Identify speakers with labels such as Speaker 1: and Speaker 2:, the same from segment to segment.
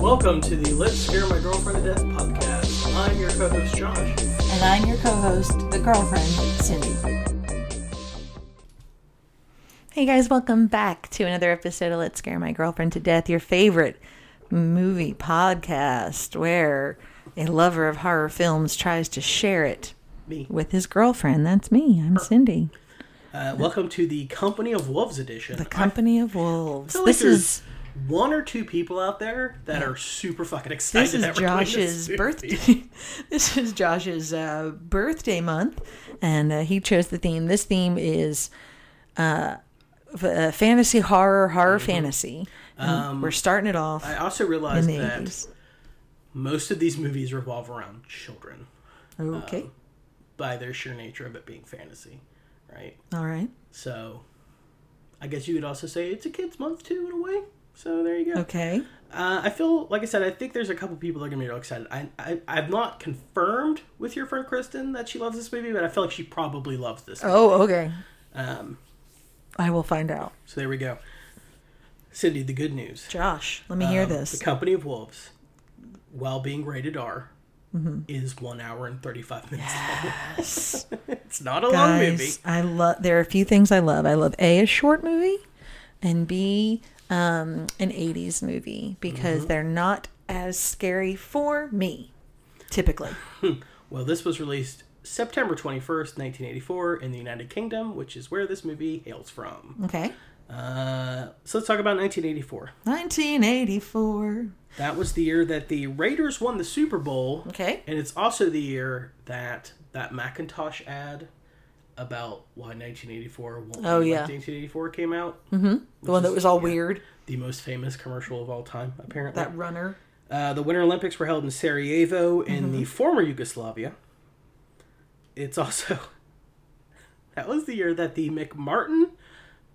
Speaker 1: Welcome to the Let's Scare My Girlfriend to Death podcast. I'm your co host, Josh.
Speaker 2: And I'm your co host, the girlfriend, Cindy. Hey guys, welcome back to another episode of Let's Scare My Girlfriend to Death, your favorite movie podcast where a lover of horror films tries to share it
Speaker 1: Me.
Speaker 2: with his girlfriend. That's me. I'm Cindy.
Speaker 1: Uh, welcome to the Company of Wolves edition.
Speaker 2: The Company of Wolves.
Speaker 1: I feel like
Speaker 2: This
Speaker 1: there's
Speaker 2: is
Speaker 1: one or two people out there that are super fucking excited.
Speaker 2: this is
Speaker 1: that we're doing this
Speaker 2: Josh's
Speaker 1: movie.
Speaker 2: birthday. this is Josh's uh, birthday month, and uh, he chose the theme. This theme is uh, f- uh, fantasy horror, horror fantasy. And we're starting it off
Speaker 1: Mm-hmm. Um, I also
Speaker 2: in
Speaker 1: realized
Speaker 2: the
Speaker 1: that
Speaker 2: eighties.
Speaker 1: most of these movies revolve around children um,
Speaker 2: Okay,
Speaker 1: by their sheer nature of it being fantasy, right?
Speaker 2: all right,
Speaker 1: So I guess you could also say it's a kids' month too, in a way. So there you go.
Speaker 2: okay.
Speaker 1: Uh, I feel like I said, I think there's a couple people that are gonna be real excited. I, I I've not confirmed with your friend Kristen that she loves this movie, but I feel like she probably loves this. Movie.
Speaker 2: Oh, okay.
Speaker 1: Um,
Speaker 2: I will find out.
Speaker 1: so there we go. Cindy, the good news.
Speaker 2: Josh, let me hear
Speaker 1: Um,
Speaker 2: this.
Speaker 1: The Company of Wolves, while being rated R,
Speaker 2: Mm-hmm.
Speaker 1: is one hour and thirty five minutes.
Speaker 2: Yes.
Speaker 1: long. it's not a long movie.
Speaker 2: Guys, I love. There are a few things I love. I love a a short movie, and b um, an '80s movie because
Speaker 1: Mm-hmm.
Speaker 2: they're not as scary for me, typically.
Speaker 1: Well, this was released September twenty first, nineteen eighty four, in the United Kingdom, which is where this movie hails from.
Speaker 2: Okay,
Speaker 1: Uh, so let's talk about nineteen eighty four.
Speaker 2: 1984.
Speaker 1: That was the year that the Raiders won the Super Bowl.
Speaker 2: Okay,
Speaker 1: And it's also the year that that Macintosh ad about why 1984 won't be
Speaker 2: Oh,
Speaker 1: like
Speaker 2: yeah. Hmm.
Speaker 1: 1984 came out.
Speaker 2: the one that was all weird.
Speaker 1: The most famous commercial of all time, apparently.
Speaker 2: That runner.
Speaker 1: Uh, the Winter Olympics were held in Sarajevo
Speaker 2: Mm-hmm.
Speaker 1: in the former Yugoslavia. It's also. That was the year that the McMartin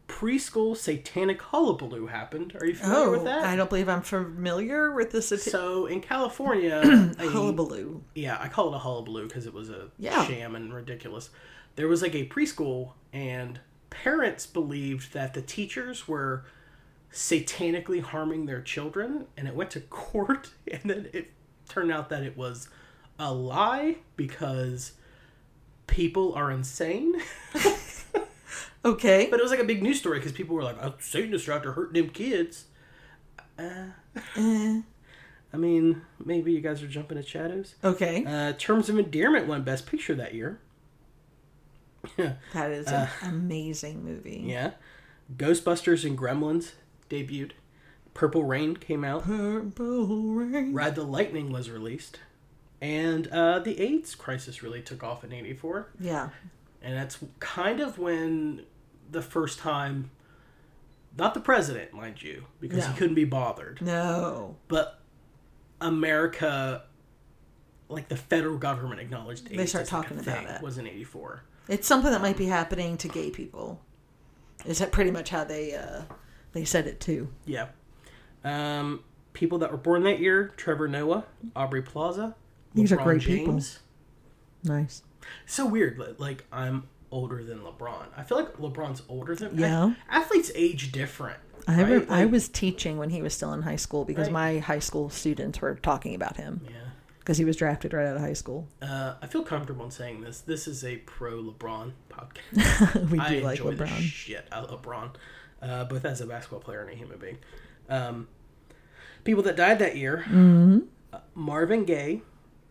Speaker 1: preschool satanic hullabaloo happened. Are you familiar
Speaker 2: Oh,
Speaker 1: with that?
Speaker 2: I don't believe I'm familiar with this atti-
Speaker 1: So in California, a-
Speaker 2: hullabaloo.
Speaker 1: yeah, I call it a hullabaloo because it was a
Speaker 2: Yeah.
Speaker 1: sham and ridiculous. There was like a preschool, and parents believed that the teachers were satanically harming their children, and it went to court, and then it turned out that it was a lie because people are insane.
Speaker 2: Okay,
Speaker 1: But it was like a big news story because people were like, "Oh, Satanists are out to hurt them kids."
Speaker 2: Eh,
Speaker 1: I mean, maybe you guys are jumping at shadows.
Speaker 2: okay,
Speaker 1: Uh, Terms of Endearment won Best Picture that year.
Speaker 2: that is an amazing movie.
Speaker 1: Uh. Yeah. Ghostbusters and Gremlins debuted. Purple Rain came out.
Speaker 2: Purple rain.
Speaker 1: Ride the Lightning was released. And uh, the AIDS crisis really took off in 84.
Speaker 2: Yeah.
Speaker 1: And that's kind of when the first time, not the president, mind you, because
Speaker 2: No.
Speaker 1: he couldn't be bothered,
Speaker 2: No.
Speaker 1: but America, like the federal government acknowledged AIDS.
Speaker 2: start
Speaker 1: as, like, a
Speaker 2: talking about
Speaker 1: thing,
Speaker 2: it.
Speaker 1: was in 84.
Speaker 2: It's something that might be happening to gay people. Is that pretty much how they uh, they said it too?
Speaker 1: Yeah. Um, people that were born that year: Trevor Noah, Aubrey Plaza.
Speaker 2: These are great people. Nice.
Speaker 1: So weird, but like I'm older than LeBron. I feel like LeBron's older than
Speaker 2: Yeah.
Speaker 1: ath- athletes age different.
Speaker 2: I
Speaker 1: right?
Speaker 2: re-
Speaker 1: Like-
Speaker 2: I was teaching when he was still in high school because
Speaker 1: Right.
Speaker 2: my high school students were talking about him
Speaker 1: Yeah.
Speaker 2: because he was drafted right out of high school.
Speaker 1: Uh, I feel comfortable in saying this. This is a pro LeBron podcast.
Speaker 2: we do
Speaker 1: I enjoy
Speaker 2: like
Speaker 1: the
Speaker 2: LeBron.
Speaker 1: shit out of LeBron, uh, both as a basketball player and a human being. Um, people that died that year:
Speaker 2: Mm.
Speaker 1: uh, Marvin Gaye,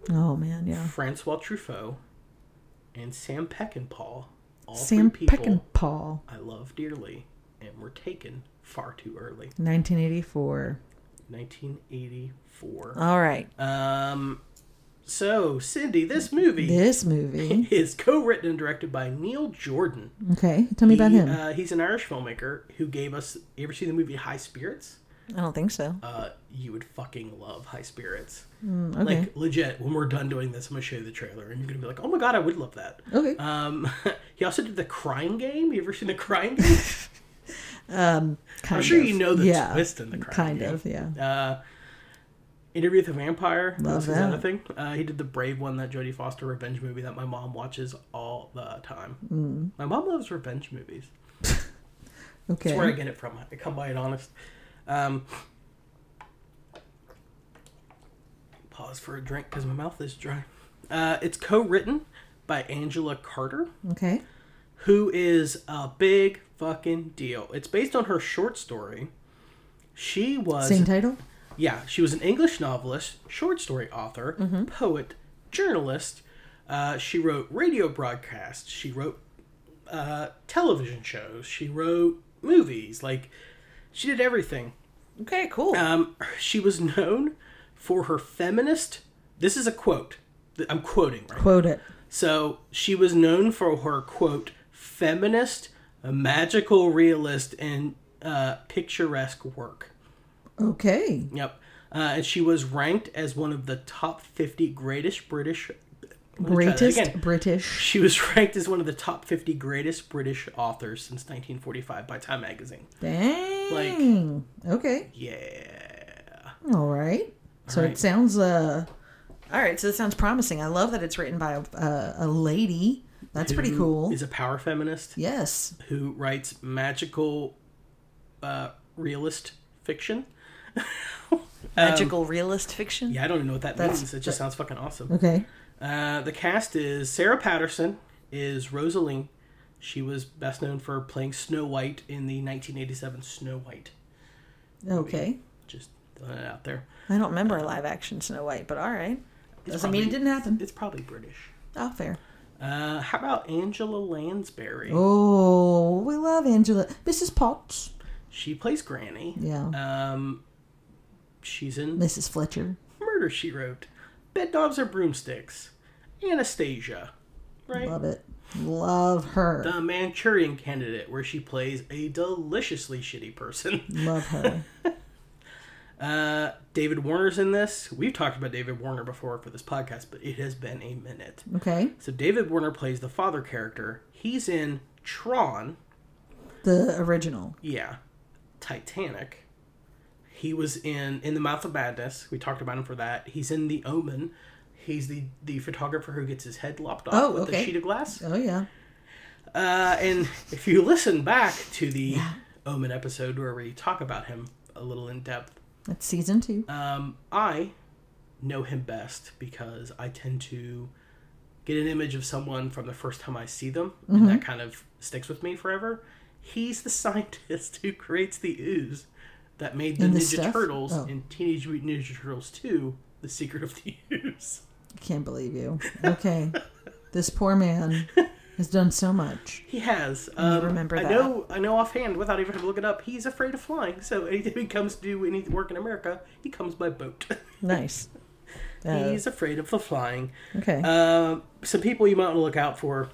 Speaker 2: Mm-hmm. oh man, yeah.
Speaker 1: Francois Truffaut, and Sam Peckinpah. All
Speaker 2: Sam
Speaker 1: three people
Speaker 2: Peckinpah,
Speaker 1: I love dearly and were taken far too early.
Speaker 2: 1984.
Speaker 1: 1984.
Speaker 2: All right,
Speaker 1: Um, so, Cindy, this movie
Speaker 2: this movie.
Speaker 1: is co written and directed by Neil Jordan.
Speaker 2: Okay, tell me about
Speaker 1: He,
Speaker 2: him.
Speaker 1: Uh, he's an Irish filmmaker who gave us. You ever see the movie High Spirits?
Speaker 2: I don't think so.
Speaker 1: Uh, you would fucking love High Spirits.
Speaker 2: Mm, okay.
Speaker 1: Like, legit, when we're done doing this, I'm going to show you the trailer and you're going to be like, oh my god, I would love that.
Speaker 2: okay.
Speaker 1: Um, he also did The Crime Game. You ever seen The Crime Game?
Speaker 2: kind
Speaker 1: I'm sure
Speaker 2: of.
Speaker 1: you know the
Speaker 2: yeah.
Speaker 1: twist in The Crime
Speaker 2: Kind
Speaker 1: Game.
Speaker 2: of. Yeah.
Speaker 1: Uh, Interview with the Vampire.
Speaker 2: Love
Speaker 1: This is another
Speaker 2: that.
Speaker 1: thing. Uh, he did the Brave one, that Jodie Foster revenge movie that my mom watches all the time. Mm. My mom loves revenge movies.
Speaker 2: Okay.
Speaker 1: That's where I get it from. I come by it honest. Um, Pause for a drink because my mouth is dry. Uh, it's co-written by Angela Carter,
Speaker 2: Okay.
Speaker 1: who is a big fucking deal. It's based on her short story. She was
Speaker 2: Same title?
Speaker 1: yeah, she was an English novelist, short story author, poet, journalist. Uh, she wrote radio broadcasts. She wrote uh, television shows. She wrote movies. Like, she did everything.
Speaker 2: Okay, cool.
Speaker 1: Um, she was known for her feminist. This is a quote. Th- I'm quoting, right?
Speaker 2: Quote it.
Speaker 1: So she was known for her quote feminist, magical realist, and uh, picturesque work.
Speaker 2: Okay.
Speaker 1: Yep. Uh, and she was ranked as one of the top 50 greatest British. I'm gonna try that
Speaker 2: Greatest
Speaker 1: again.
Speaker 2: British.
Speaker 1: She was ranked as one of the top 50 greatest British authors since 1945 by Time Magazine.
Speaker 2: Dang. okay.
Speaker 1: Yeah.
Speaker 2: All right. So it
Speaker 1: right.
Speaker 2: sounds uh All right, so it sounds promising. I love that it's written by a, a, a lady. That's pretty
Speaker 1: Who
Speaker 2: cool.
Speaker 1: Is a power feminist
Speaker 2: yes.
Speaker 1: who writes magical, uh, realist fiction.
Speaker 2: Magical realist fiction.
Speaker 1: Yeah, I don't even know what that
Speaker 2: That's-
Speaker 1: means. It just sounds fucking awesome.
Speaker 2: Okay.
Speaker 1: Uh, the cast is Sarah Patterson is Rosaline. She was best known for playing Snow White in the 1987 Snow White.
Speaker 2: Okay.
Speaker 1: Just throwing it out there.
Speaker 2: I don't remember a live action Snow White, but all right. Doesn't mean it
Speaker 1: probably-
Speaker 2: didn't happen.
Speaker 1: It's probably British.
Speaker 2: Oh, fair.
Speaker 1: Uh, how about Angela Lansbury?
Speaker 2: Oh, we love Angela. Mrs. Potts.
Speaker 1: She plays Granny.
Speaker 2: Yeah.
Speaker 1: Um, she's in
Speaker 2: Mrs. Fletcher.
Speaker 1: Murder She Wrote, Bed Knobs Are Broomsticks, Anastasia, right?
Speaker 2: Love it. Love her.
Speaker 1: The Manchurian Candidate, where she plays a deliciously shitty person.
Speaker 2: Love her.
Speaker 1: Uh, David Warner's in this. We've talked about David Warner before for this podcast, but it has been a minute.
Speaker 2: Okay.
Speaker 1: So David Warner plays the father character. He's in Tron.
Speaker 2: The original.
Speaker 1: Yeah. Titanic. He was in In the Mouth of Madness. We talked about him for that. He's in The Omen. He's the the photographer who gets his head lopped off
Speaker 2: Oh,
Speaker 1: with
Speaker 2: okay.
Speaker 1: a sheet of glass.
Speaker 2: Oh yeah.
Speaker 1: Uh, and if you listen back to the Omen episode where we talk about him a little in depth,
Speaker 2: That's season two.
Speaker 1: Um, I know him best because I tend to get an image of someone from the first time I see them,
Speaker 2: Mm-hmm.
Speaker 1: and that kind of sticks with me forever. He's the scientist who creates the ooze that made the
Speaker 2: In the
Speaker 1: Ninja
Speaker 2: stuff?
Speaker 1: Turtles
Speaker 2: Oh.
Speaker 1: in Teenage Mutant Ninja Turtles 2, The Secret of the Ooze.
Speaker 2: Can't believe you. Okay. this poor man has done so much.
Speaker 1: He has. Um,
Speaker 2: remember
Speaker 1: I
Speaker 2: that.
Speaker 1: know. I know offhand, without even having to look it up, he's afraid of flying. So anytime he comes to do any work in America, he comes by boat.
Speaker 2: Nice. Uh,
Speaker 1: he's afraid of the flying.
Speaker 2: okay.
Speaker 1: Uh, some people you might want to look out for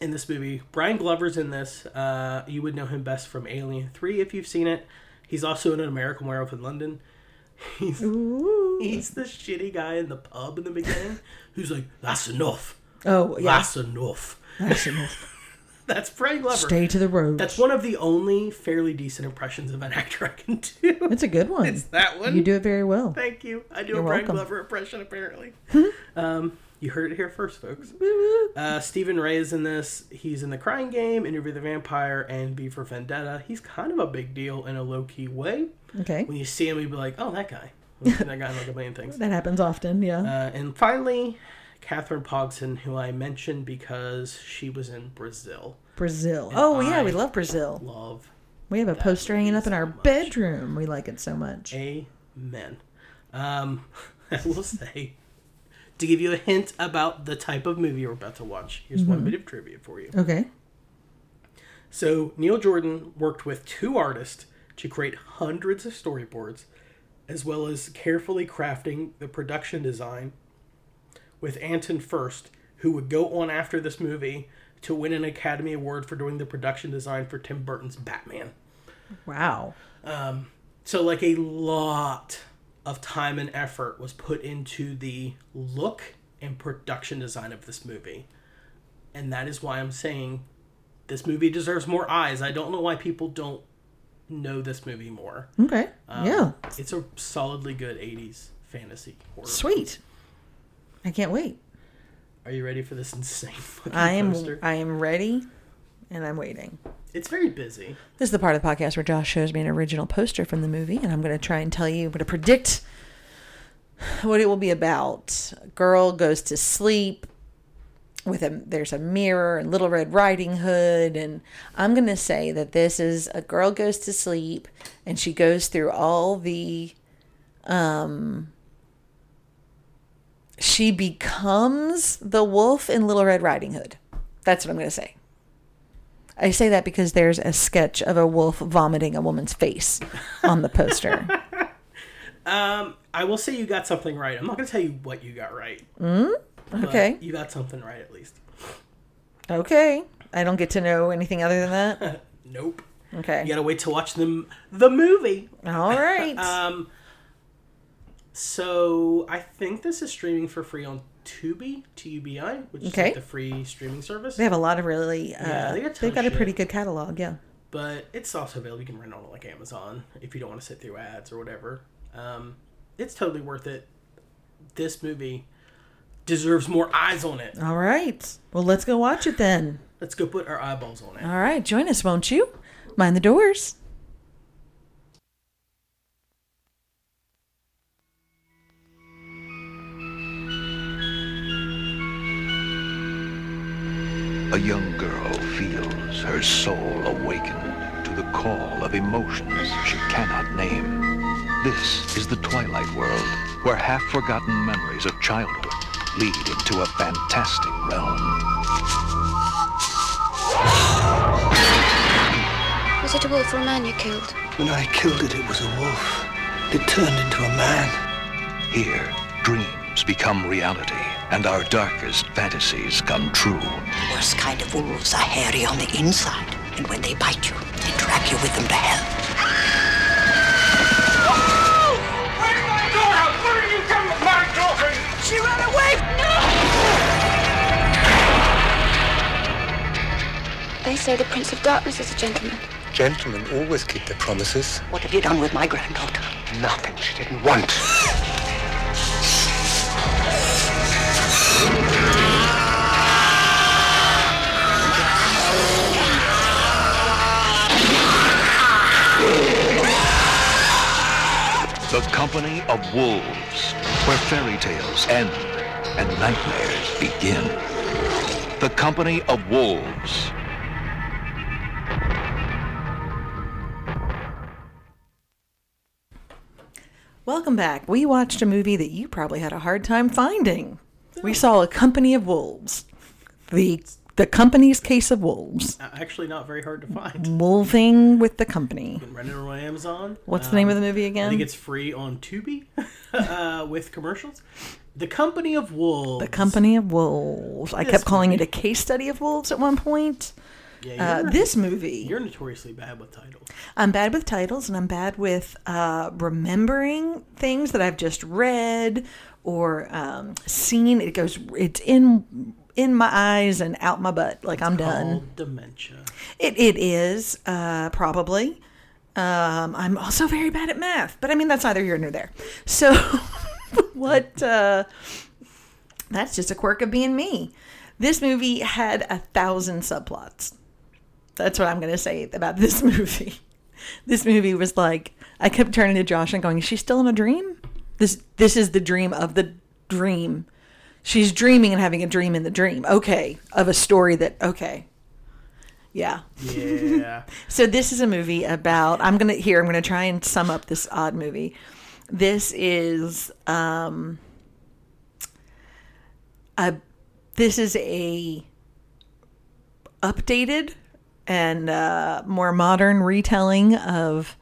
Speaker 1: in this movie. Brian Glover's in this. Uh, you would know him best from Alien 3 if you've seen it. He's also in An American Werewolf in London. He's,
Speaker 2: Ooh.
Speaker 1: he's the shitty guy in the pub in the beginning who's like, that's enough.
Speaker 2: Oh yeah.
Speaker 1: That's enough.
Speaker 2: That's enough.
Speaker 1: That's Brian Glover.
Speaker 2: Stay to the road.
Speaker 1: That's one of the only fairly decent impressions of an actor I can do.
Speaker 2: That's a good one.
Speaker 1: It's that one.
Speaker 2: You do it very well.
Speaker 1: Thank you. I do
Speaker 2: You're
Speaker 1: a Brian
Speaker 2: welcome. Hmm?
Speaker 1: Glover impression, apparently. um, you heard it here first, folks. Uh, Stephen Ray is in this. He's in The Crying Game, Interview the Vampire, and B for Vendetta. He's kind of a big deal in a low key way.
Speaker 2: Okay.
Speaker 1: When you see him, you'll be like, oh, that guy. I've seen that guy in like a million things.
Speaker 2: That happens often. Yeah.
Speaker 1: Uh, and finally, Catherine Pogson, who I mentioned because she was in Brazil.
Speaker 2: Brazil. Oh yeah,
Speaker 1: I-
Speaker 2: we love Brazil.
Speaker 1: Love.
Speaker 2: We have a poster hanging up in
Speaker 1: so
Speaker 2: our
Speaker 1: much.
Speaker 2: bedroom. We like it so much.
Speaker 1: Amen. Um, I will say, to give you a hint about the type of movie you're about to watch, here's one bit of trivia for you.
Speaker 2: Okay.
Speaker 1: So, Neil Jordan worked with two artists to create hundreds of storyboards, as well as carefully crafting the production design with Anton First, who would go on after this movie to win an Academy Award for doing the production design for Tim Burton's Batman.
Speaker 2: Wow.
Speaker 1: So like a lot of time and effort was put into the look and production design of this movie. And that is why I'm saying this movie deserves more eyes. I don't know why people don't know this movie more.
Speaker 2: Okay.
Speaker 1: Um,
Speaker 2: yeah.
Speaker 1: It's a solidly good 80s fantasy horror.
Speaker 2: Sweet. I can't wait.
Speaker 1: Are you ready for this insane fucking
Speaker 2: I am
Speaker 1: poster?
Speaker 2: I am ready and I'm waiting.
Speaker 1: It's very busy.
Speaker 2: This is the part of the podcast where Josh shows me an original poster from the movie and I'm going to try and tell you, I'm going to predict what it will be about. A girl goes to sleep with a there's a mirror and Little Red Riding Hood and I'm gonna say that this is a girl goes to sleep and she goes through all the um she becomes the wolf in Little Red Riding Hood. That's what I'm gonna say. I say that because there's a sketch of a wolf vomiting a woman's face on the poster.
Speaker 1: Um, I will say you got something right. I'm not going to tell you what you got right.
Speaker 2: Mm?
Speaker 1: but
Speaker 2: Okay.
Speaker 1: You got something right at least.
Speaker 2: Okay. I don't get to know anything other than that.
Speaker 1: Nope.
Speaker 2: Okay.
Speaker 1: You got to wait to watch them the movie.
Speaker 2: All right.
Speaker 1: Um, so I think this is streaming for free on Tubi, T-U-B-I, which is
Speaker 2: Okay.
Speaker 1: like the free streaming service.
Speaker 2: they have a lot of really. Uh,
Speaker 1: Yeah, they got a ton
Speaker 2: they've
Speaker 1: of
Speaker 2: got a
Speaker 1: shit.
Speaker 2: pretty good catalog. Yeah.
Speaker 1: But it's also available. You can rent it on like Amazon if you don't want to sit through ads or whatever. Um, it's totally worth it. This movie deserves more eyes on it.
Speaker 2: All right. Well, let's go watch it then.
Speaker 1: Let's go put our eyeballs on it.
Speaker 2: All right. Join us, won't you? Mind the doors.
Speaker 3: A young girl feels her soul awaken to the call of emotions she cannot name. This is the Twilight World, where half-forgotten memories of childhood lead into a fantastic realm.
Speaker 4: Was it a wolf or a man you killed?
Speaker 5: When I killed it, it was a wolf. It turned into a man.
Speaker 3: Here, dreams become reality, and our darkest fantasies come true.
Speaker 6: worst kind of wolves are hairy on the inside, and when they bite you, they drag you with them to hell.
Speaker 7: Where's my daughter? Where did you come with my girlfriend? She ran away!
Speaker 4: They say the Prince of Darkness is a gentleman.
Speaker 5: Gentlemen always keep their promises.
Speaker 6: What have you done with my granddaughter?
Speaker 3: Nothing she didn't want. The Company of Wolves, where fairy tales end and nightmares begin. The Company of Wolves.
Speaker 2: Welcome back. We watched a movie that you probably had a hard time finding. We saw A Company of Wolves. The the company's case of wolves.
Speaker 1: Uh, Actually, not very hard to find.
Speaker 2: Wolfing with the company.
Speaker 1: Rent it on Amazon. Um,
Speaker 2: What's the name of the movie again?
Speaker 1: I think it's free on Tubi uh, with commercials. The Company of Wolves.
Speaker 2: The Company of Wolves. I
Speaker 1: This
Speaker 2: kept calling
Speaker 1: movie.
Speaker 2: it a case study of wolves at one point.
Speaker 1: Yeah,
Speaker 2: Uh,
Speaker 1: you're,
Speaker 2: this movie.
Speaker 1: you're notoriously bad with titles.
Speaker 2: I'm bad with titles and I'm bad with uh, remembering things that I've just read or um, seen. It goes, it's in in my eyes and out my butt. Like I'm done.
Speaker 1: Called dementia.
Speaker 2: It, it is, uh, probably. Um, I'm also very bad at math, but I mean, that's neither here nor there. So, what, uh, that's just a quirk of being me. This movie had a thousand subplots. That's what I'm going to say about this movie. This movie was like, I kept turning to Josh and going, is she still in a dream? This, this is the dream of the dream. She's dreaming and having a dream in the dream. Okay. Of a story that, okay. Yeah.
Speaker 1: Yeah.
Speaker 2: So this is a movie about. I'm gonna here. I'm gonna try and sum up this odd movie. This is um a this is a updated and uh, more modern retelling of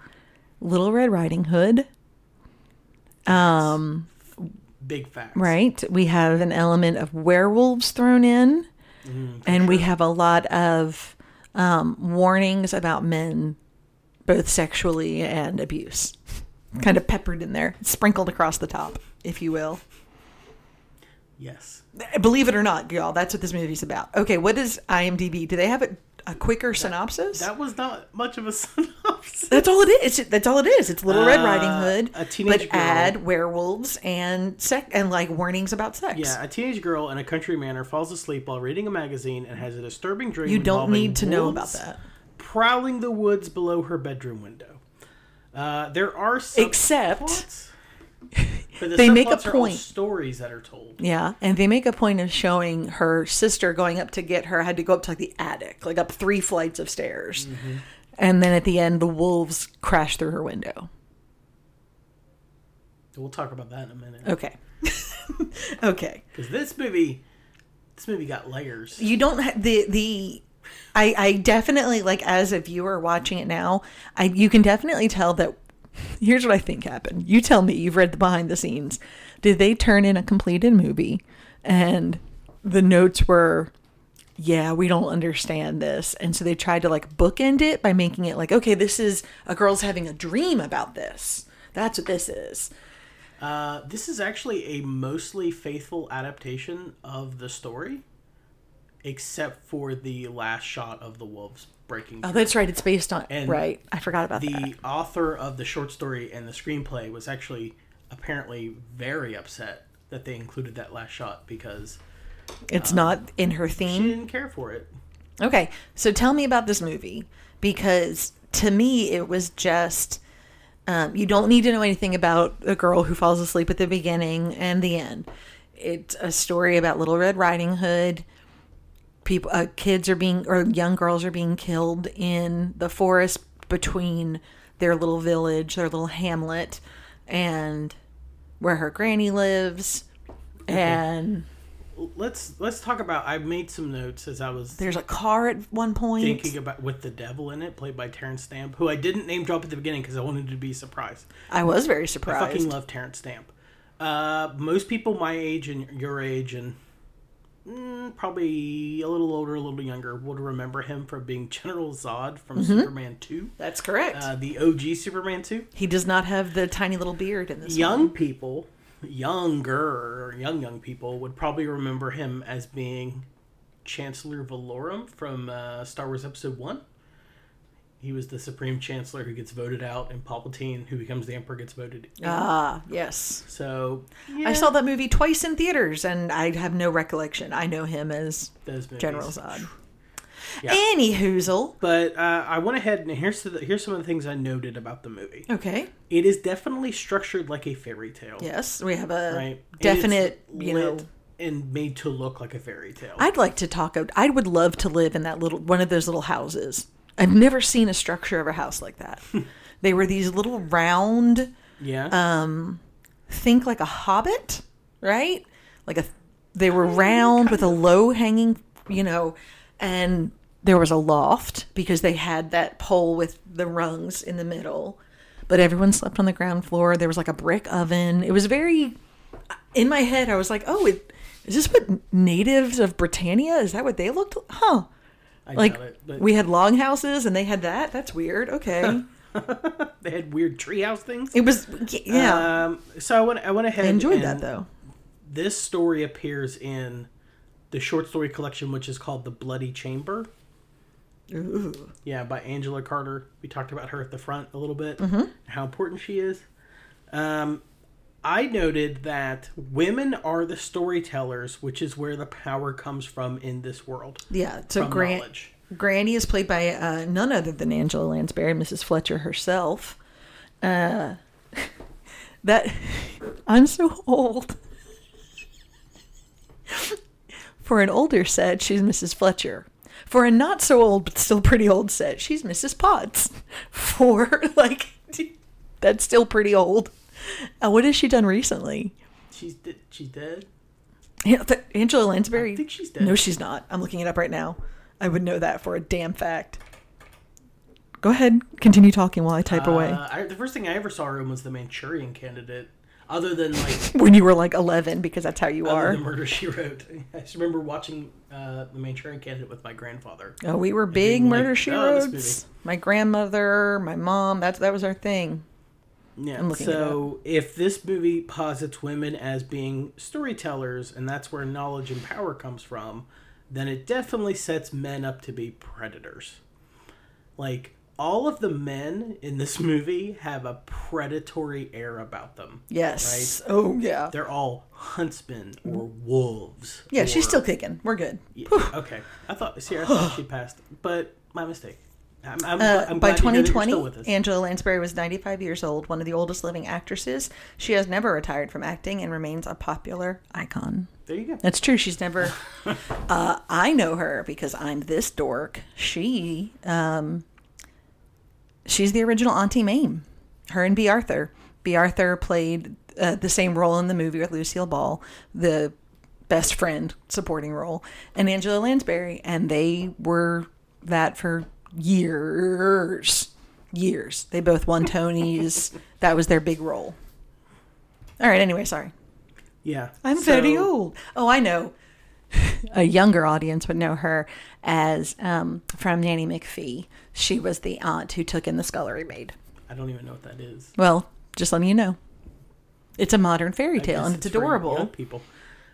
Speaker 2: Little Red Riding Hood.
Speaker 1: Big facts.
Speaker 2: Right. We have an element of werewolves thrown in,
Speaker 1: Mm,
Speaker 2: and we have a lot of um, warnings about men, both sexually and abuse,
Speaker 1: Mm-hmm.
Speaker 2: kind of peppered in there, sprinkled across the top, if you will. Eh,
Speaker 1: Yes.
Speaker 2: Believe it or not, y'all, that's what this movie's about. Okay, what is IMDb? Do they have a, a quicker synopsis?
Speaker 1: That was not much of a synopsis.
Speaker 2: that's all it is. It's, that's all it is. It's Little Red Riding Hood,
Speaker 1: Uh, a teenage
Speaker 2: but
Speaker 1: girl.
Speaker 2: add werewolves and sex and like warnings about sex.
Speaker 1: Yeah, a teenage girl in a country manor falls asleep while reading a magazine and has a disturbing dream.
Speaker 2: you don't
Speaker 1: involving
Speaker 2: need to know about
Speaker 1: wolves
Speaker 2: that.
Speaker 1: Prowling the woods below her bedroom window. Uh, there are some
Speaker 2: Except-
Speaker 1: plots. But the
Speaker 2: They make a
Speaker 1: subplots are all
Speaker 2: point.
Speaker 1: stories that are told.
Speaker 2: Yeah, and they make a point of showing her sister going up to get her had to go up to like the attic, like up three flights of stairs. And then at the end the wolves crash through her window.
Speaker 1: We'll talk about that in a minute.
Speaker 2: Okay. okay.
Speaker 1: Because this movie, this movie got layers.
Speaker 2: You don't ha- the the I I definitely like as a viewer watching it now, I you can definitely tell that here's what I think happened. You tell me you've read the behind the scenes. Did they turn in a completed movie and the notes were yeah, we don't understand this. And so they tried to like bookend it by making it like, okay, this is a girl's having a dream about this. That's what this is.
Speaker 1: Uh, this is actually a mostly faithful adaptation of the story, except for the last shot of the wolves breaking.
Speaker 2: Oh,
Speaker 1: through.
Speaker 2: that's right. It's based on
Speaker 1: And
Speaker 2: right. I forgot about that.
Speaker 1: the author of the short story and the screenplay was actually apparently very upset that they included that last shot because
Speaker 2: It's not in her
Speaker 1: she
Speaker 2: theme.
Speaker 1: didn't care for it.
Speaker 2: Okay, so tell me about this movie because to me it was just um, you don't need to know anything about a girl who falls asleep at the beginning and the end. It's a story about Little Red Riding Hood. People, uh, kids are being or young girls are being killed in the forest between their little village, their little hamlet, and where her granny lives. And
Speaker 1: Let's let's talk about. I made some notes as I was
Speaker 2: there's a car at one point.
Speaker 1: thinking about with the devil in it, played by Terrence Stamp, who I didn't name drop at the beginning because I wanted to be surprised.
Speaker 2: I was very surprised.
Speaker 1: I fucking love Terrence Stamp. Uh, most people my age and your age and mm, probably a little older, a little younger would remember him from being General Zod from Superman Two,
Speaker 2: Mm-hmm. That's correct.
Speaker 1: uh, the OG Superman Two.
Speaker 2: he does not have the tiny little beard in this.
Speaker 1: Young people, younger or young young people would probably remember him as being Chancellor Valorum from uh, Star Wars Episode One. He was the Supreme Chancellor who gets voted out, and Palpatine, who becomes the Emperor, gets voted. in.
Speaker 2: Ah, yes.
Speaker 1: so
Speaker 2: I saw that movie twice in theaters, and I have no recollection. I know him as
Speaker 1: those movies.
Speaker 2: General Zod.
Speaker 1: Yeah.
Speaker 2: Any hoozle.
Speaker 1: But uh, I went ahead and here's the, here's some of the things I noted about the movie.
Speaker 2: Okay.
Speaker 1: It is definitely structured like a fairy tale.
Speaker 2: Yes, we have a
Speaker 1: Right. And
Speaker 2: definite.
Speaker 1: it's
Speaker 2: You know,
Speaker 1: lit and made to look like a fairy tale.
Speaker 2: I'd like to talk. ab- I would love to live in that little one of those little houses. I've never seen a structure of a house like that. they were these little round.
Speaker 1: yeah.
Speaker 2: uh, think like a hobbit, right? Like a they
Speaker 1: Mm,
Speaker 2: were round with a low hanging, you know, and there was a loft because they had that pole with the rungs in the middle. But everyone slept on the ground floor. There was like a brick oven. It was very in my head I was like, "Oh, it, is this what natives of Britannia? Is that what they looked like? Huh.
Speaker 1: I
Speaker 2: Like
Speaker 1: got it. But
Speaker 2: we had long houses and they had that. That's weird. Okay.
Speaker 1: they had weird treehouse things.
Speaker 2: it was yeah.
Speaker 1: Um, so I went I went ahead.
Speaker 2: I enjoyed
Speaker 1: and
Speaker 2: that though.
Speaker 1: This story appears in the short story collection, which is called "The Bloody Chamber."
Speaker 2: Ooh.
Speaker 1: Yeah, by Angela Carter. We talked about her at the front a little bit,
Speaker 2: Mm-hmm.
Speaker 1: and how important she is. Um, I noted that women are the storytellers, which is where the power comes from in this world.
Speaker 2: Yeah, so
Speaker 1: from
Speaker 2: Grant
Speaker 1: knowledge.
Speaker 2: Granny is played by uh, none other than Angela Lansbury, Mrs. Fletcher herself. Uh, that I'm so old. For an older set, she's Mrs. Fletcher. For a not so old but still pretty old set, she's Mrs. Potts. For like that's still pretty old. Uh, what has she done recently?
Speaker 1: She's de- she's dead.
Speaker 2: Yeah, th- Angela Lansbury.
Speaker 1: I think she's dead.
Speaker 2: No, she's not. I'm looking it up right now. I would know that for a damn fact. Go ahead, continue talking while I type away.
Speaker 1: Uh, I, the first thing I ever saw her in was the Manchurian Candidate. Other than like
Speaker 2: When you were like 11, because that's how you
Speaker 1: other
Speaker 2: are.
Speaker 1: than Murder She Wrote, I just remember watching uh, the Manchurian Candidate with my grandfather.
Speaker 2: Oh, we were big
Speaker 1: like,
Speaker 2: murder she
Speaker 1: "Oh, this
Speaker 2: roads. My grandmother, my mom. That's that was our thing.
Speaker 1: Yeah.
Speaker 2: looking it
Speaker 1: so if this movie posits women as being storytellers and that's where knowledge and power comes from, then it definitely sets men up to be predators. Like all of the men in this movie have a predatory air about them.
Speaker 2: Yes. Oh yeah.
Speaker 1: They're all huntsmen or wolves.
Speaker 2: yeah, she's
Speaker 1: or-
Speaker 2: still kicking. We're good.
Speaker 1: Yeah, okay. I thought see I thought she passed, but my mistake. I'm, I'm,
Speaker 2: Uh,
Speaker 1: I'm glad
Speaker 2: by
Speaker 1: to hear that you're
Speaker 2: 2020,
Speaker 1: still with us.
Speaker 2: Angela Lansbury was 95 years old, one of the oldest living actresses. She has never retired from acting and remains a popular icon.
Speaker 1: there you go.
Speaker 2: That's true. She's never. uh, I know her because I'm this dork. She, um, she's the original Auntie Mame. Her and B. Arthur. B. Arthur played uh, the same role in the movie with Lucille Ball, the best friend supporting role, and Angela Lansbury, and they were that for years, years. They both won Tonys. that was their big role. All right. Anyway, sorry.
Speaker 1: Yeah.
Speaker 2: I'm
Speaker 1: So-
Speaker 2: very old. Oh, I know. A younger audience would know her as um, from Nanny McPhee. She was the aunt who took in the scullery maid.
Speaker 1: I don't even know what that is.
Speaker 2: Well, just letting you know, it's a modern fairy
Speaker 1: I
Speaker 2: tale
Speaker 1: guess
Speaker 2: and it's,
Speaker 1: for
Speaker 2: adorable.
Speaker 1: young people.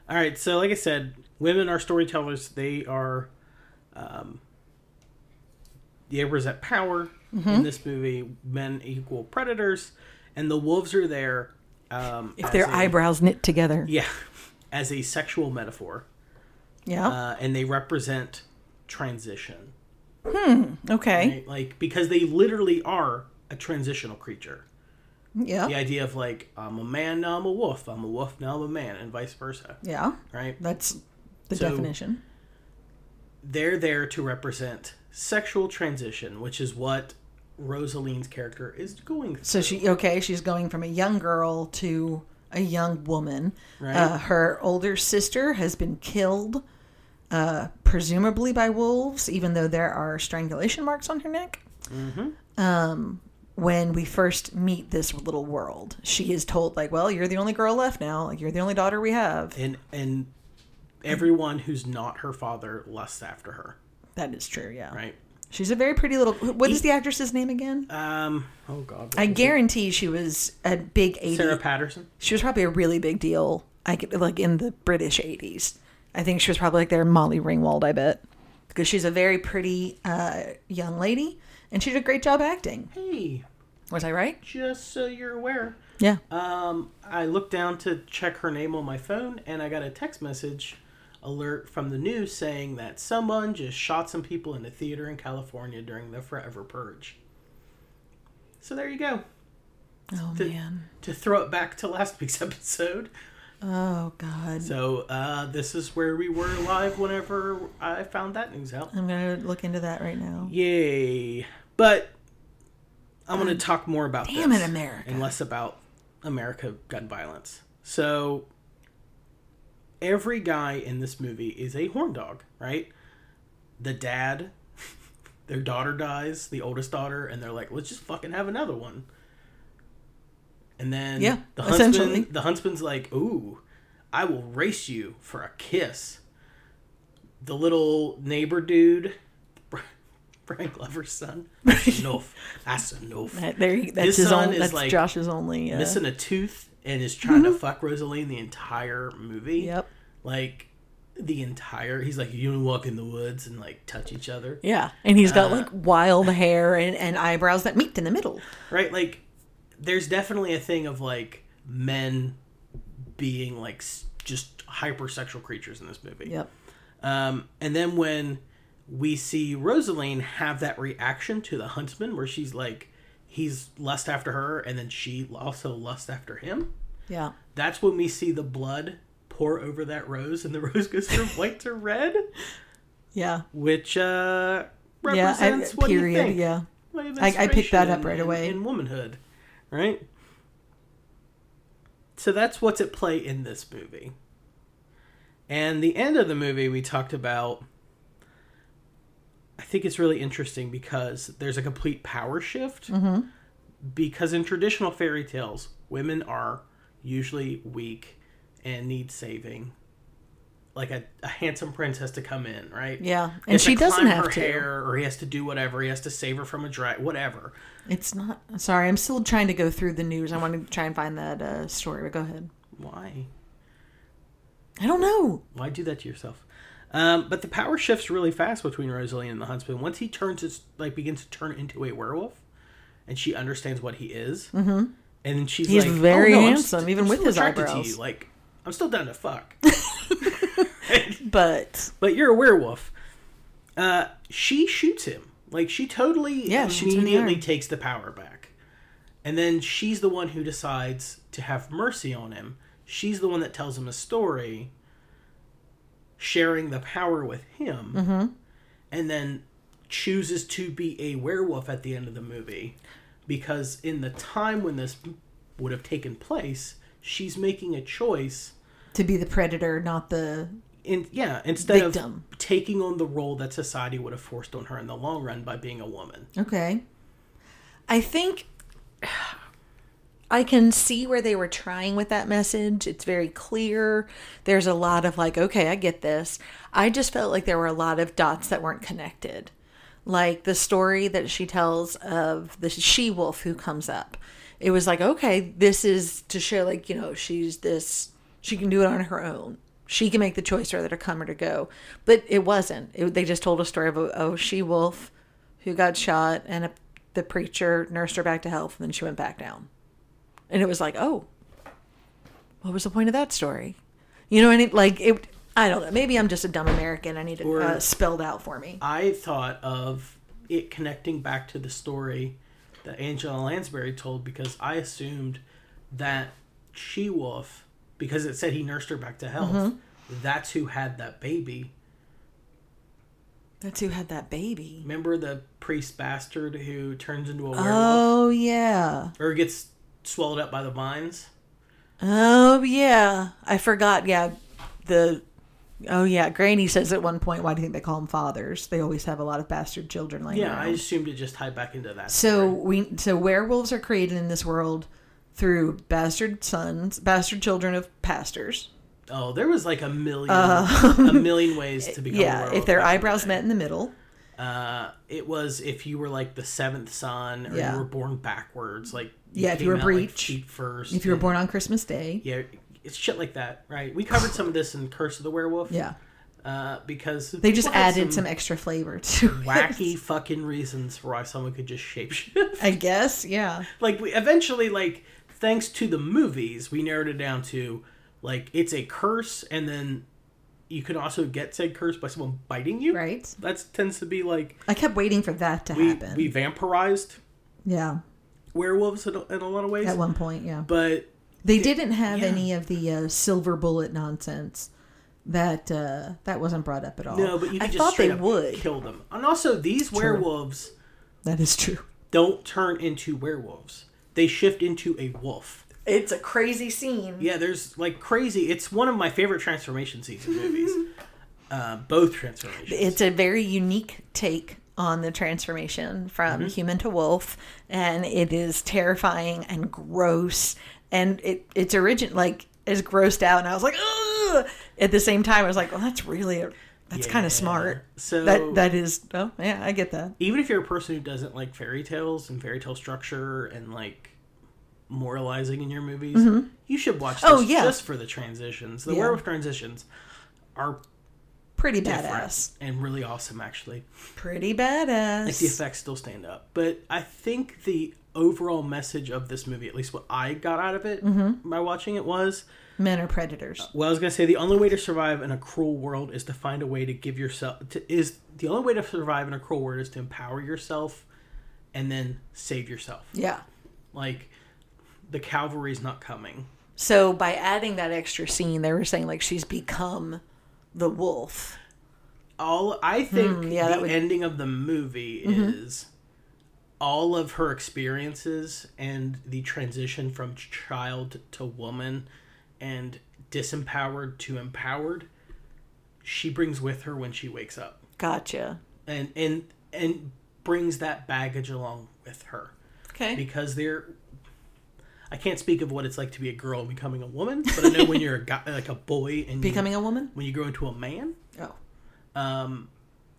Speaker 1: All right, so like I said, women are storytellers. They are um, they represent power
Speaker 2: Mm-hmm.
Speaker 1: in this movie. Men equal predators, and the wolves are there. Um,
Speaker 2: If
Speaker 1: as
Speaker 2: their
Speaker 1: a-
Speaker 2: eyebrows knit together, yeah,
Speaker 1: yeah, as a sexual metaphor, uh, and they represent transition.
Speaker 2: okay,
Speaker 1: Right? Like because they literally are a transitional creature.
Speaker 2: yeah,
Speaker 1: The
Speaker 2: yeah,
Speaker 1: idea of like I'm a man now I'm a wolf, I'm a wolf now I'm a man, and vice versa. Right?
Speaker 2: That's the
Speaker 1: So-
Speaker 2: definition.
Speaker 1: they're there to represent sexual transition, which is what Rosaline's character is going through.
Speaker 2: So she okay, she's going from a young girl to a young woman.
Speaker 1: Right.
Speaker 2: Uh, her older sister has been killed, uh, presumably by wolves, even though there are strangulation marks on her neck. Mm-hmm. Um, when we first meet this little world, she is told like, "Well, you're the only girl left now. Like, you're the only daughter we have."
Speaker 1: and and everyone who's not her father lusts after her,
Speaker 2: That is true. Yeah.
Speaker 1: right? E
Speaker 2: She's a very pretty little. What is the actress's name again?
Speaker 1: Um, oh god,
Speaker 2: I guarantee she was a big 80s
Speaker 1: Sarah Patterson.
Speaker 2: she was probably a really big deal. I could, like in the British eighties. I think she was probably like their Molly Ringwald. I bet because she's a very pretty uh, young lady, and she did a great job acting.
Speaker 1: Hey,
Speaker 2: Was I right?
Speaker 1: just so you're aware,
Speaker 2: Yeah.
Speaker 1: um, I looked down to check her name on my phone, and I got a text message alert from the news saying that someone just shot some people in a theater in California during the Forever Purge. So there you go.
Speaker 2: oh
Speaker 1: the-
Speaker 2: man.
Speaker 1: to throw it back to last week's episode.
Speaker 2: Oh god.
Speaker 1: So uh, this is where we were live whenever I found that news out.
Speaker 2: I'm gonna look into that right now.
Speaker 1: Yay! But I'm going to talk more about
Speaker 2: Um, Damn
Speaker 1: this
Speaker 2: it, America.
Speaker 1: and less about America gun violence. So every guy in this movie is a horn dog, right? The dad, their daughter dies, the oldest daughter, and they're like, let's just fucking have another one. And then
Speaker 2: Yeah,
Speaker 1: the
Speaker 2: essentially.
Speaker 1: huntsman, the huntsman's like, ooh, I will race you for a kiss. The little neighbor dude, Brian Glover's son, that's enough. That's enough.
Speaker 2: That- there, he-
Speaker 1: His
Speaker 2: that's his,
Speaker 1: son
Speaker 2: own.
Speaker 1: is,
Speaker 2: That's
Speaker 1: like,
Speaker 2: Josh's only. Uh,
Speaker 1: Missing a tooth and is trying to fuck Rosaline the entire movie.
Speaker 2: Mm-hmm. Yep.
Speaker 1: Like the entire. He's like, you wanna walk in the woods and like touch each other,
Speaker 2: Yeah, and he's
Speaker 1: Uh,
Speaker 2: got like wild hair and, and eyebrows that meet in the middle.
Speaker 1: right? Like, there's definitely a thing of like men being like s- just hypersexual creatures in this movie.
Speaker 2: Yep.
Speaker 1: Um, and then when we see Rosaline have that reaction to the huntsman, where she's like, he's lust after her, and then she also lust after him.
Speaker 2: Yeah.
Speaker 1: That's when we see the blood pour over that rose, and the rose goes from white to red,
Speaker 2: Yeah.
Speaker 1: which uh,
Speaker 2: Yeah.
Speaker 1: represents
Speaker 2: I-
Speaker 1: what
Speaker 2: period.
Speaker 1: you think.
Speaker 2: Yeah.
Speaker 1: Way of
Speaker 2: I- I picked that
Speaker 1: menstruation
Speaker 2: up right
Speaker 1: and-
Speaker 2: away.
Speaker 1: in womanhood, right? So that's what's at play in this movie. And the end of the movie, we talked about. I think it's really interesting because there's a complete power shift.
Speaker 2: Mm-hmm.
Speaker 1: Because in traditional fairy tales, women are usually weak and need saving. Like a, a handsome prince has to come in, right?
Speaker 2: Yeah,
Speaker 1: He
Speaker 2: and
Speaker 1: has
Speaker 2: she doesn't
Speaker 1: climb
Speaker 2: have
Speaker 1: her
Speaker 2: to.
Speaker 1: hair, or he has to do whatever. He has to save her from a dragon, whatever.
Speaker 2: It's not. Sorry, I'm still trying to go through the news. I want to try and find that uh, story, but go ahead.
Speaker 1: Why?
Speaker 2: I don't know.
Speaker 1: Why do that to yourself? Um, but the power shifts really fast between Rosaline and the huntsman. Once he turns his like begins to turn into a werewolf, and she understands what he is, mm-hmm. and then she's
Speaker 2: He's
Speaker 1: like,
Speaker 2: very
Speaker 1: "Oh, no, I'm
Speaker 2: handsome,
Speaker 1: st-
Speaker 2: even
Speaker 1: I'm
Speaker 2: with
Speaker 1: still
Speaker 2: his
Speaker 1: attracted to
Speaker 2: eyebrows."
Speaker 1: you. Like, I'm still down to fuck,
Speaker 2: But
Speaker 1: but you're a werewolf. Uh, she shoots him Like she totally
Speaker 2: Yeah, shoots him in the
Speaker 1: immediately
Speaker 2: arm.
Speaker 1: takes the power back. And then she's the one who decides to have mercy on him. She's the one that tells him a story, sharing the power with him,
Speaker 2: Mm-hmm.
Speaker 1: and then chooses to be a werewolf at the end of the movie. Because in the time when this would have taken place, she's making a choice
Speaker 2: to be the predator, not the
Speaker 1: in yeah instead
Speaker 2: Victim.
Speaker 1: of taking on the role that society would have forced on her in the long run by being a woman
Speaker 2: Okay. I think I can see where they were trying with that message. It's very clear. There's a lot of like, okay, I get this. I just felt like there were a lot of dots that weren't connected. Like the story that she tells of the she wolf who comes up. It was like, okay, this is to show, like, you know, she's this, she can do it on her own. She can make the choice whether to come or to go. But it wasn't. It, they just told a story of a, a she wolf who got shot and a, the preacher nursed her back to health and then she went back down and it was like oh what was the point of that story you know what I mean? like it i don't know maybe i'm just a dumb american i need it
Speaker 1: Or-
Speaker 2: uh, spelled out for me
Speaker 1: i thought of it connecting back to the story that angela lansbury told because i assumed that she wolf because it said he nursed her back to health
Speaker 2: Mm-hmm.
Speaker 1: that's who had that baby
Speaker 2: that's who had that baby
Speaker 1: remember the priest bastard who turns into a werewolf
Speaker 2: oh yeah
Speaker 1: or gets swallowed up by the vines
Speaker 2: oh yeah i forgot yeah the oh yeah granny says at one point why do you think they call them fathers they always have a lot of bastard children like
Speaker 1: yeah i assumed it just tied back into that
Speaker 2: So we so werewolves are created in this world through bastard sons, bastard children of pastors.
Speaker 1: Oh, there was like a million, a million ways to become. a
Speaker 2: Uh, yeah,
Speaker 1: werewolf
Speaker 2: if
Speaker 1: back
Speaker 2: their
Speaker 1: in the
Speaker 2: eyebrows
Speaker 1: day.
Speaker 2: met in the middle.
Speaker 1: Uh, it was if you were like the seventh son, or
Speaker 2: Yeah.
Speaker 1: you were born backwards. Like
Speaker 2: Yeah, if you
Speaker 1: came
Speaker 2: were
Speaker 1: out,
Speaker 2: breech,
Speaker 1: feet first.
Speaker 2: If you were
Speaker 1: and-
Speaker 2: born on Christmas Day.
Speaker 1: yeah, it's shit like that, right? We covered some of this in Curse of the Werewolf.
Speaker 2: Yeah.
Speaker 1: uh, because
Speaker 2: They just added some, extra flavor to it.
Speaker 1: wacky fucking reasons for why someone could just shapeshift.
Speaker 2: I guess, yeah.
Speaker 1: like we eventually, like thanks to the movies, we narrowed it down to like it's a curse, and then you can also get said curse by someone biting you,
Speaker 2: Right.
Speaker 1: That tends to be like
Speaker 2: I kept waiting for that to
Speaker 1: we,
Speaker 2: happen.
Speaker 1: we vampirized
Speaker 2: yeah.
Speaker 1: werewolves in a, in a lot of ways,
Speaker 2: At one point, yeah.
Speaker 1: but
Speaker 2: They didn't have
Speaker 1: yeah.
Speaker 2: any of the uh, silver bullet nonsense. That uh, that wasn't brought up at all.
Speaker 1: no, but you
Speaker 2: Oh, I
Speaker 1: could just
Speaker 2: thought
Speaker 1: straight
Speaker 2: they
Speaker 1: up
Speaker 2: would.
Speaker 1: kill them. And also, these werewolves
Speaker 2: That is true.
Speaker 1: don't turn into werewolves; they shift into a wolf.
Speaker 2: It's a crazy scene.
Speaker 1: Yeah, there's like crazy. It's one of my favorite transformation scenes in movies. uh, both transformations.
Speaker 2: it's a very unique take on the transformation from
Speaker 1: Mm-hmm.
Speaker 2: human to wolf and it is terrifying and gross and it it's origin like is grossed out and i was like Ugh! at the same time i was like well that's really a, that's kind
Speaker 1: Yeah.
Speaker 2: of smart
Speaker 1: So-
Speaker 2: that that is oh yeah i get that
Speaker 1: even if you're a person who doesn't like fairy tales and fairy tale structure and like moralizing in your movies, you should watch this
Speaker 2: Oh, yeah.
Speaker 1: just for the transitions. The
Speaker 2: Yeah.
Speaker 1: werewolf transitions are
Speaker 2: pretty
Speaker 1: different
Speaker 2: badass
Speaker 1: and really awesome actually.
Speaker 2: pretty
Speaker 1: Like the
Speaker 2: badass
Speaker 1: effects still stand up. But I think the overall message of this movie, at least what I got out of it
Speaker 2: Mm-hmm.
Speaker 1: by watching it was
Speaker 2: men are predators
Speaker 1: well, I was gonna say the only way to survive in a cruel world is to find a way to give yourself to, is the only way to survive in a cruel world is to empower yourself and then save yourself.
Speaker 2: yeah
Speaker 1: like the cavalry's not coming
Speaker 2: so by adding that extra scene they were saying like she's become the wolf
Speaker 1: all i think
Speaker 2: Hmm, yeah, that
Speaker 1: the
Speaker 2: would- Mm-hmm.
Speaker 1: ending of the movie is all of her experiences and the transition from child to woman and disempowered to empowered she brings with her when she wakes up
Speaker 2: gotcha
Speaker 1: and and and brings that baggage along with her
Speaker 2: okay
Speaker 1: because they're I can't speak of what it's like to be a girl and becoming a woman, but I know when you're a guy, like a boy and you-
Speaker 2: becoming a woman
Speaker 1: when you grow into a man,
Speaker 2: oh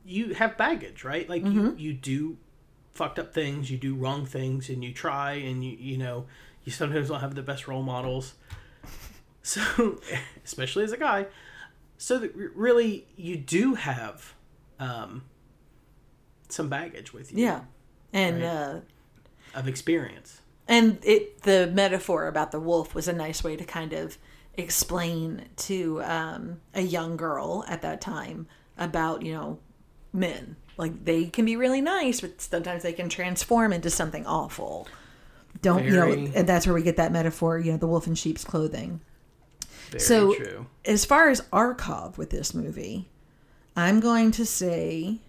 Speaker 1: you have baggage, right? Like you,
Speaker 2: Mm-hmm.
Speaker 1: you do fucked up things, you do wrong things, and you try, and you you know you sometimes don't have the best role models. So, especially as a guy, so that re- really you do have um, some baggage with you
Speaker 2: Yeah. And uh
Speaker 1: of experience.
Speaker 2: and it the metaphor about the wolf was a nice way to kind of explain to um a young girl at that time about, you know, men. Like they can be really nice, but sometimes they can transform into something awful. Don't you
Speaker 1: Very-
Speaker 2: know? And that's where we get that metaphor. You know, the wolf in sheep's clothing.
Speaker 1: Very
Speaker 2: so
Speaker 1: true.
Speaker 2: as far as Arkov with this movie, I'm going to say.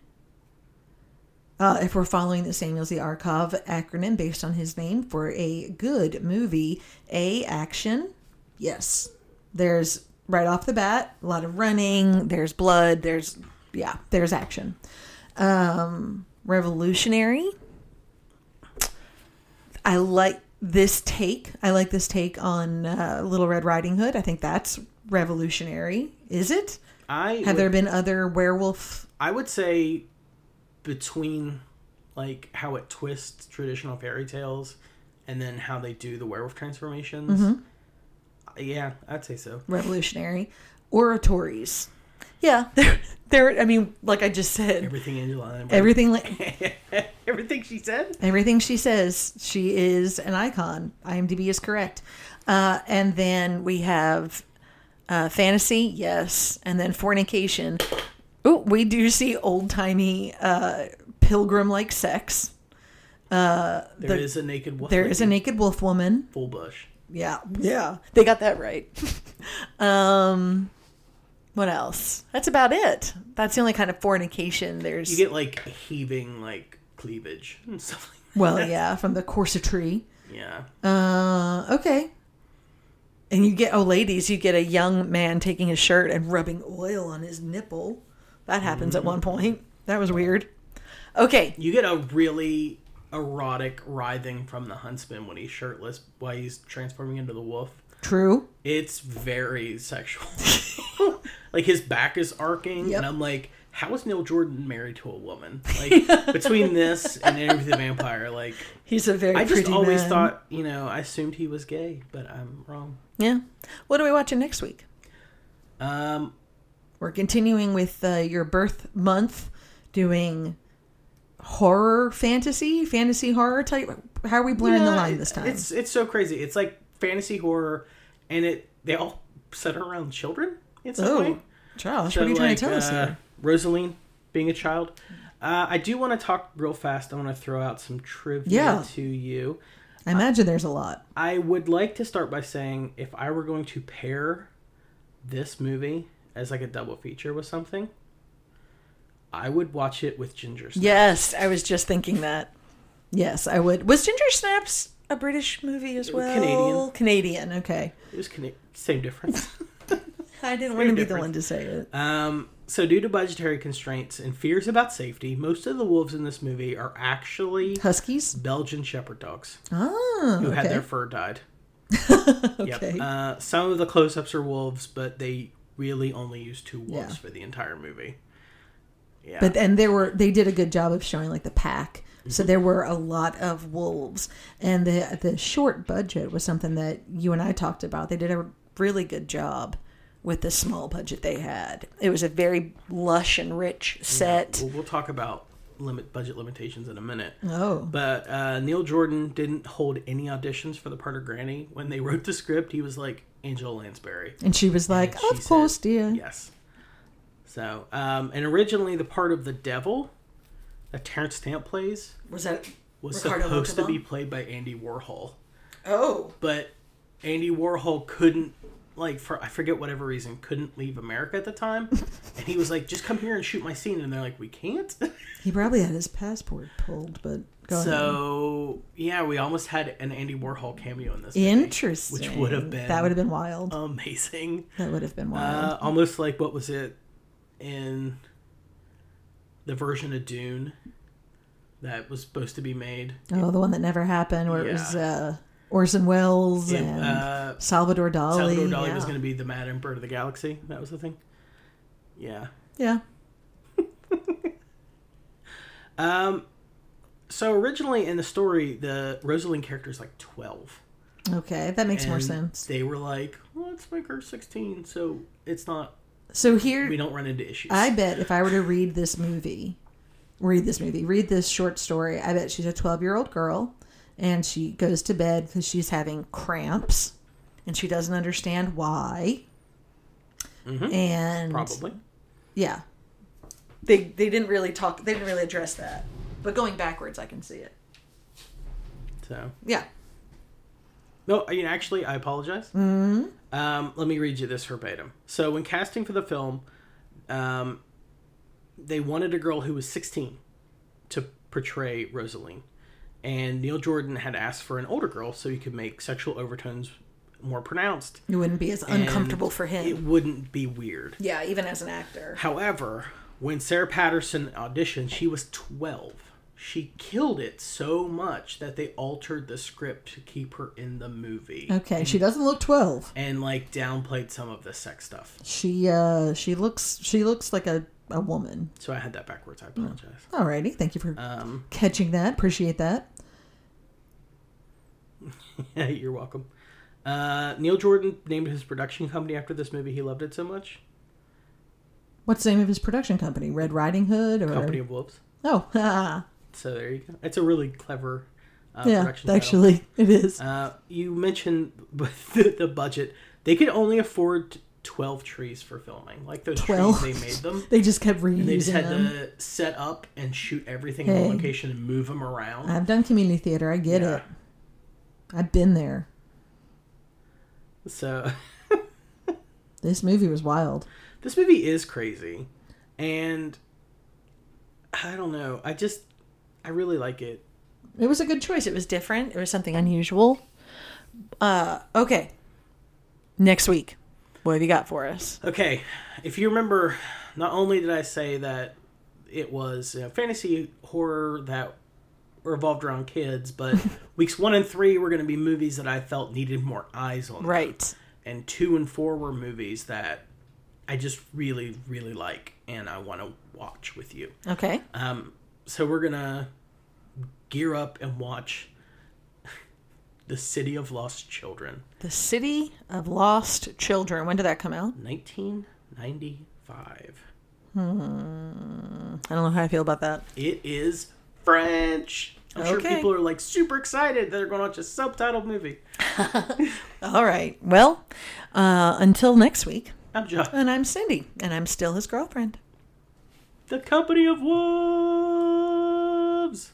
Speaker 2: Uh, if we're following the Samuel Z. Arkov acronym based on his name for a good movie, A action, yes. There's right off the bat a lot of running. There's blood. There's yeah. There's action. Um, revolutionary. I like this take. I like this take on uh, Little Red Riding Hood. I think that's revolutionary. Is it?
Speaker 1: I would,
Speaker 2: Have there been other werewolf?
Speaker 1: I would say between like how it twists traditional fairy tales and then how they do the werewolf transformations.
Speaker 2: Mm-hmm.
Speaker 1: Yeah, I'd say so.
Speaker 2: revolutionary oratories. Yeah, there, there. I mean, like I just said,
Speaker 1: Everything Angela Lansbury-
Speaker 2: everything, li-
Speaker 1: everything she said.
Speaker 2: everything she says, she is an icon. IMDb is correct. Uh, and then we have uh, fantasy, yes, and then fornication. Oh, we do see old timey uh, pilgrim like sex.
Speaker 1: There
Speaker 2: The-
Speaker 1: is a naked wolf.
Speaker 2: There is a
Speaker 1: lady,
Speaker 2: naked wolf woman.
Speaker 1: full bush.
Speaker 2: Yeah, yeah, they got that right. um, what else? That's about it. That's the only kind of fornication there's.
Speaker 1: You get like heaving like cleavage and stuff like
Speaker 2: well, yeah, from the corsetry.
Speaker 1: that. Yeah.
Speaker 2: Uh, okay. And you get oh, ladies, you get a young man taking his shirt and rubbing oil on his nipple. That happens
Speaker 1: Mm-hmm.
Speaker 2: at one point. That was weird. Okay,
Speaker 1: You get a really erotic writhing from the huntsman when he's shirtless while he's transforming into the wolf.
Speaker 2: true.
Speaker 1: It's very sexual. like his back is arcing,
Speaker 2: Yep.
Speaker 1: and I'm like, how is Neil Jordan married to a woman? Like between this and Interview with the Vampire, like
Speaker 2: He's a very.
Speaker 1: I just
Speaker 2: pretty
Speaker 1: always
Speaker 2: man.
Speaker 1: thought, you know, I assumed he was gay, but I'm wrong.
Speaker 2: Yeah. What are we watching next week?
Speaker 1: Um,
Speaker 2: We're continuing with uh, your birth month, doing horror fantasy, fantasy horror type. How are we blurring the
Speaker 1: Yeah,
Speaker 2: line
Speaker 1: it-
Speaker 2: this time?
Speaker 1: It's it's so crazy. It's like fantasy horror, and it they all center around children in some way.
Speaker 2: oh, Josh, what are you
Speaker 1: So,
Speaker 2: trying
Speaker 1: like,
Speaker 2: to tell us
Speaker 1: uh,
Speaker 2: here?
Speaker 1: Rosaline being a child. Uh, I do want to talk real fast. I want to throw out some trivia
Speaker 2: Yeah.
Speaker 1: to you.
Speaker 2: Uh, I imagine there's a lot.
Speaker 1: I would like to start by saying if I were going to pair this movie as like a double feature with something, I would watch it with Ginger. Snaps.
Speaker 2: Yes, I was just thinking that. Yes, I would. Was Ginger Snaps a British movie as well?
Speaker 1: Canadian.
Speaker 2: Canadian. Okay.
Speaker 1: It was connect- same difference.
Speaker 2: I didn't want to be the
Speaker 1: difference.
Speaker 2: one to say it.
Speaker 1: Um, so, due to budgetary constraints and fears about safety, most of the wolves in this movie are actually
Speaker 2: Huskies.
Speaker 1: Belgian shepherd dogs
Speaker 2: Oh,
Speaker 1: who
Speaker 2: okay.
Speaker 1: had their fur dyed.
Speaker 2: okay.
Speaker 1: Yep. Uh, some of the close ups are wolves, but they really only use two wolves
Speaker 2: Yeah.
Speaker 1: for the entire movie. Yeah.
Speaker 2: but and there were they did a good job of showing like the pack so there were a lot of wolves and the the short budget was something that you and I talked about they did a really good job with the small budget they had it was a very lush and rich set
Speaker 1: we'll, we'll talk about limit budget limitations in a minute.
Speaker 2: oh
Speaker 1: But uh, Neil Jordan didn't hold any auditions for the part of Granny. When they wrote the script, he was like, Angela Lansbury.
Speaker 2: and she was like
Speaker 1: She
Speaker 2: of course
Speaker 1: said
Speaker 2: dear
Speaker 1: Yes. So, um, and originally the part of the devil that Terrence Stamp plays
Speaker 2: was that
Speaker 1: was
Speaker 2: Ricardo
Speaker 1: supposed to
Speaker 2: Montalban?
Speaker 1: be played by Andy Warhol,
Speaker 2: oh
Speaker 1: but Andy Warhol couldn't, like, for I forget whatever reason, couldn't leave America at the time, and he was like, "Just come here and shoot my scene," and they're like, "We can't."
Speaker 2: he probably had his passport pulled but go ahead.
Speaker 1: so yeah, we almost had an Andy Warhol cameo in this. movie,
Speaker 2: interesting
Speaker 1: which would have been
Speaker 2: that would have been wild
Speaker 1: amazing.
Speaker 2: that would have been wild
Speaker 1: Uh, almost like what was it in the version of Dune that was supposed to be made?
Speaker 2: oh the one that never happened where it was
Speaker 1: yeah.
Speaker 2: uh Orson Welles
Speaker 1: Yeah,
Speaker 2: and
Speaker 1: uh,
Speaker 2: Salvador Dali.
Speaker 1: Salvador Dali was
Speaker 2: yeah.
Speaker 1: going to be the Mad Emperor of the Galaxy. That was the thing. Yeah.
Speaker 2: Yeah.
Speaker 1: So originally in the story, the Rosalind character is like twelve.
Speaker 2: Okay, that makes more
Speaker 1: And
Speaker 2: sense.
Speaker 1: They were like, let's make her sixteen, so it's not.
Speaker 2: So here,
Speaker 1: We don't run into issues.
Speaker 2: I bet if I were to read this movie, read this movie, read this short story, I bet she's a 12 year old girl and she goes to bed because she's having cramps and she doesn't understand why. And
Speaker 1: Mm-hmm. probably.
Speaker 2: yeah, they they didn't really talk. They didn't really address that. But going backwards, I can see it.
Speaker 1: So
Speaker 2: Yeah.
Speaker 1: No, I mean, actually, I apologize. Mm-hmm. Um, let me read you this verbatim. So, when casting for the film, um, they wanted a girl who was 16 to portray Rosaline. And Neil Jordan had asked for an older girl so he could make sexual overtones more pronounced.
Speaker 2: It wouldn't be as
Speaker 1: and
Speaker 2: uncomfortable for him.
Speaker 1: It wouldn't be weird.
Speaker 2: yeah, even as an actor.
Speaker 1: However, when Sarah Patterson auditioned, she was 12. She killed it so much that they altered the script to keep her in the movie
Speaker 2: Okay, she doesn't look 12.
Speaker 1: and like downplayed some of the sex stuff.
Speaker 2: She uh she looks she looks like a a woman.
Speaker 1: So I had that backwards. I
Speaker 2: Hmm.
Speaker 1: apologize.
Speaker 2: Alrighty, thank you for
Speaker 1: Um,
Speaker 2: catching that. Appreciate that.
Speaker 1: Yeah, you're welcome. Uh, Neil Jordan named his production company after this movie. He loved it so much.
Speaker 2: What's the name of his production company? Red Riding Hood or
Speaker 1: Company of Wolves.
Speaker 2: Oh, ah,
Speaker 1: So there you go. It's a really clever uh,
Speaker 2: yeah,
Speaker 1: production. title.
Speaker 2: actually it is.
Speaker 1: Uh, you mentioned with the, the budget. They could only afford 12 trees for filming. Like those
Speaker 2: 12.
Speaker 1: trees, they made them.
Speaker 2: They just kept reusing
Speaker 1: And they just had
Speaker 2: them.
Speaker 1: to set up and shoot everything in
Speaker 2: Hey.
Speaker 1: one location and move them around.
Speaker 2: I've done community theater. I get
Speaker 1: Yeah.
Speaker 2: it. I've been there.
Speaker 1: So
Speaker 2: This movie was wild.
Speaker 1: this movie is crazy. And I don't know. I just, I really like it.
Speaker 2: It was a good choice. It was different. It was something unusual. Uh, okay. Next week, what have you got for us?
Speaker 1: Okay, if you remember, not only did I say that it was a fantasy horror that revolved around kids, but weeks one and three were going to be movies that I felt needed more eyes on. them.
Speaker 2: Right.
Speaker 1: And two and four were movies that I just really, really like and I want to watch with you.
Speaker 2: Okay.
Speaker 1: So we're going to gear up and watch The City of Lost Children,
Speaker 2: the City of Lost Children. When did that come out?
Speaker 1: 1995.
Speaker 2: I don't know how I feel about that.
Speaker 1: It is French. I'm sure
Speaker 2: Okay.
Speaker 1: people are like super excited that they're going to watch a subtitled movie.
Speaker 2: All right. Well, uh, until next week.
Speaker 1: I'm John,
Speaker 2: And I'm Cindy, and I'm still his girlfriend.
Speaker 1: the company of wolves.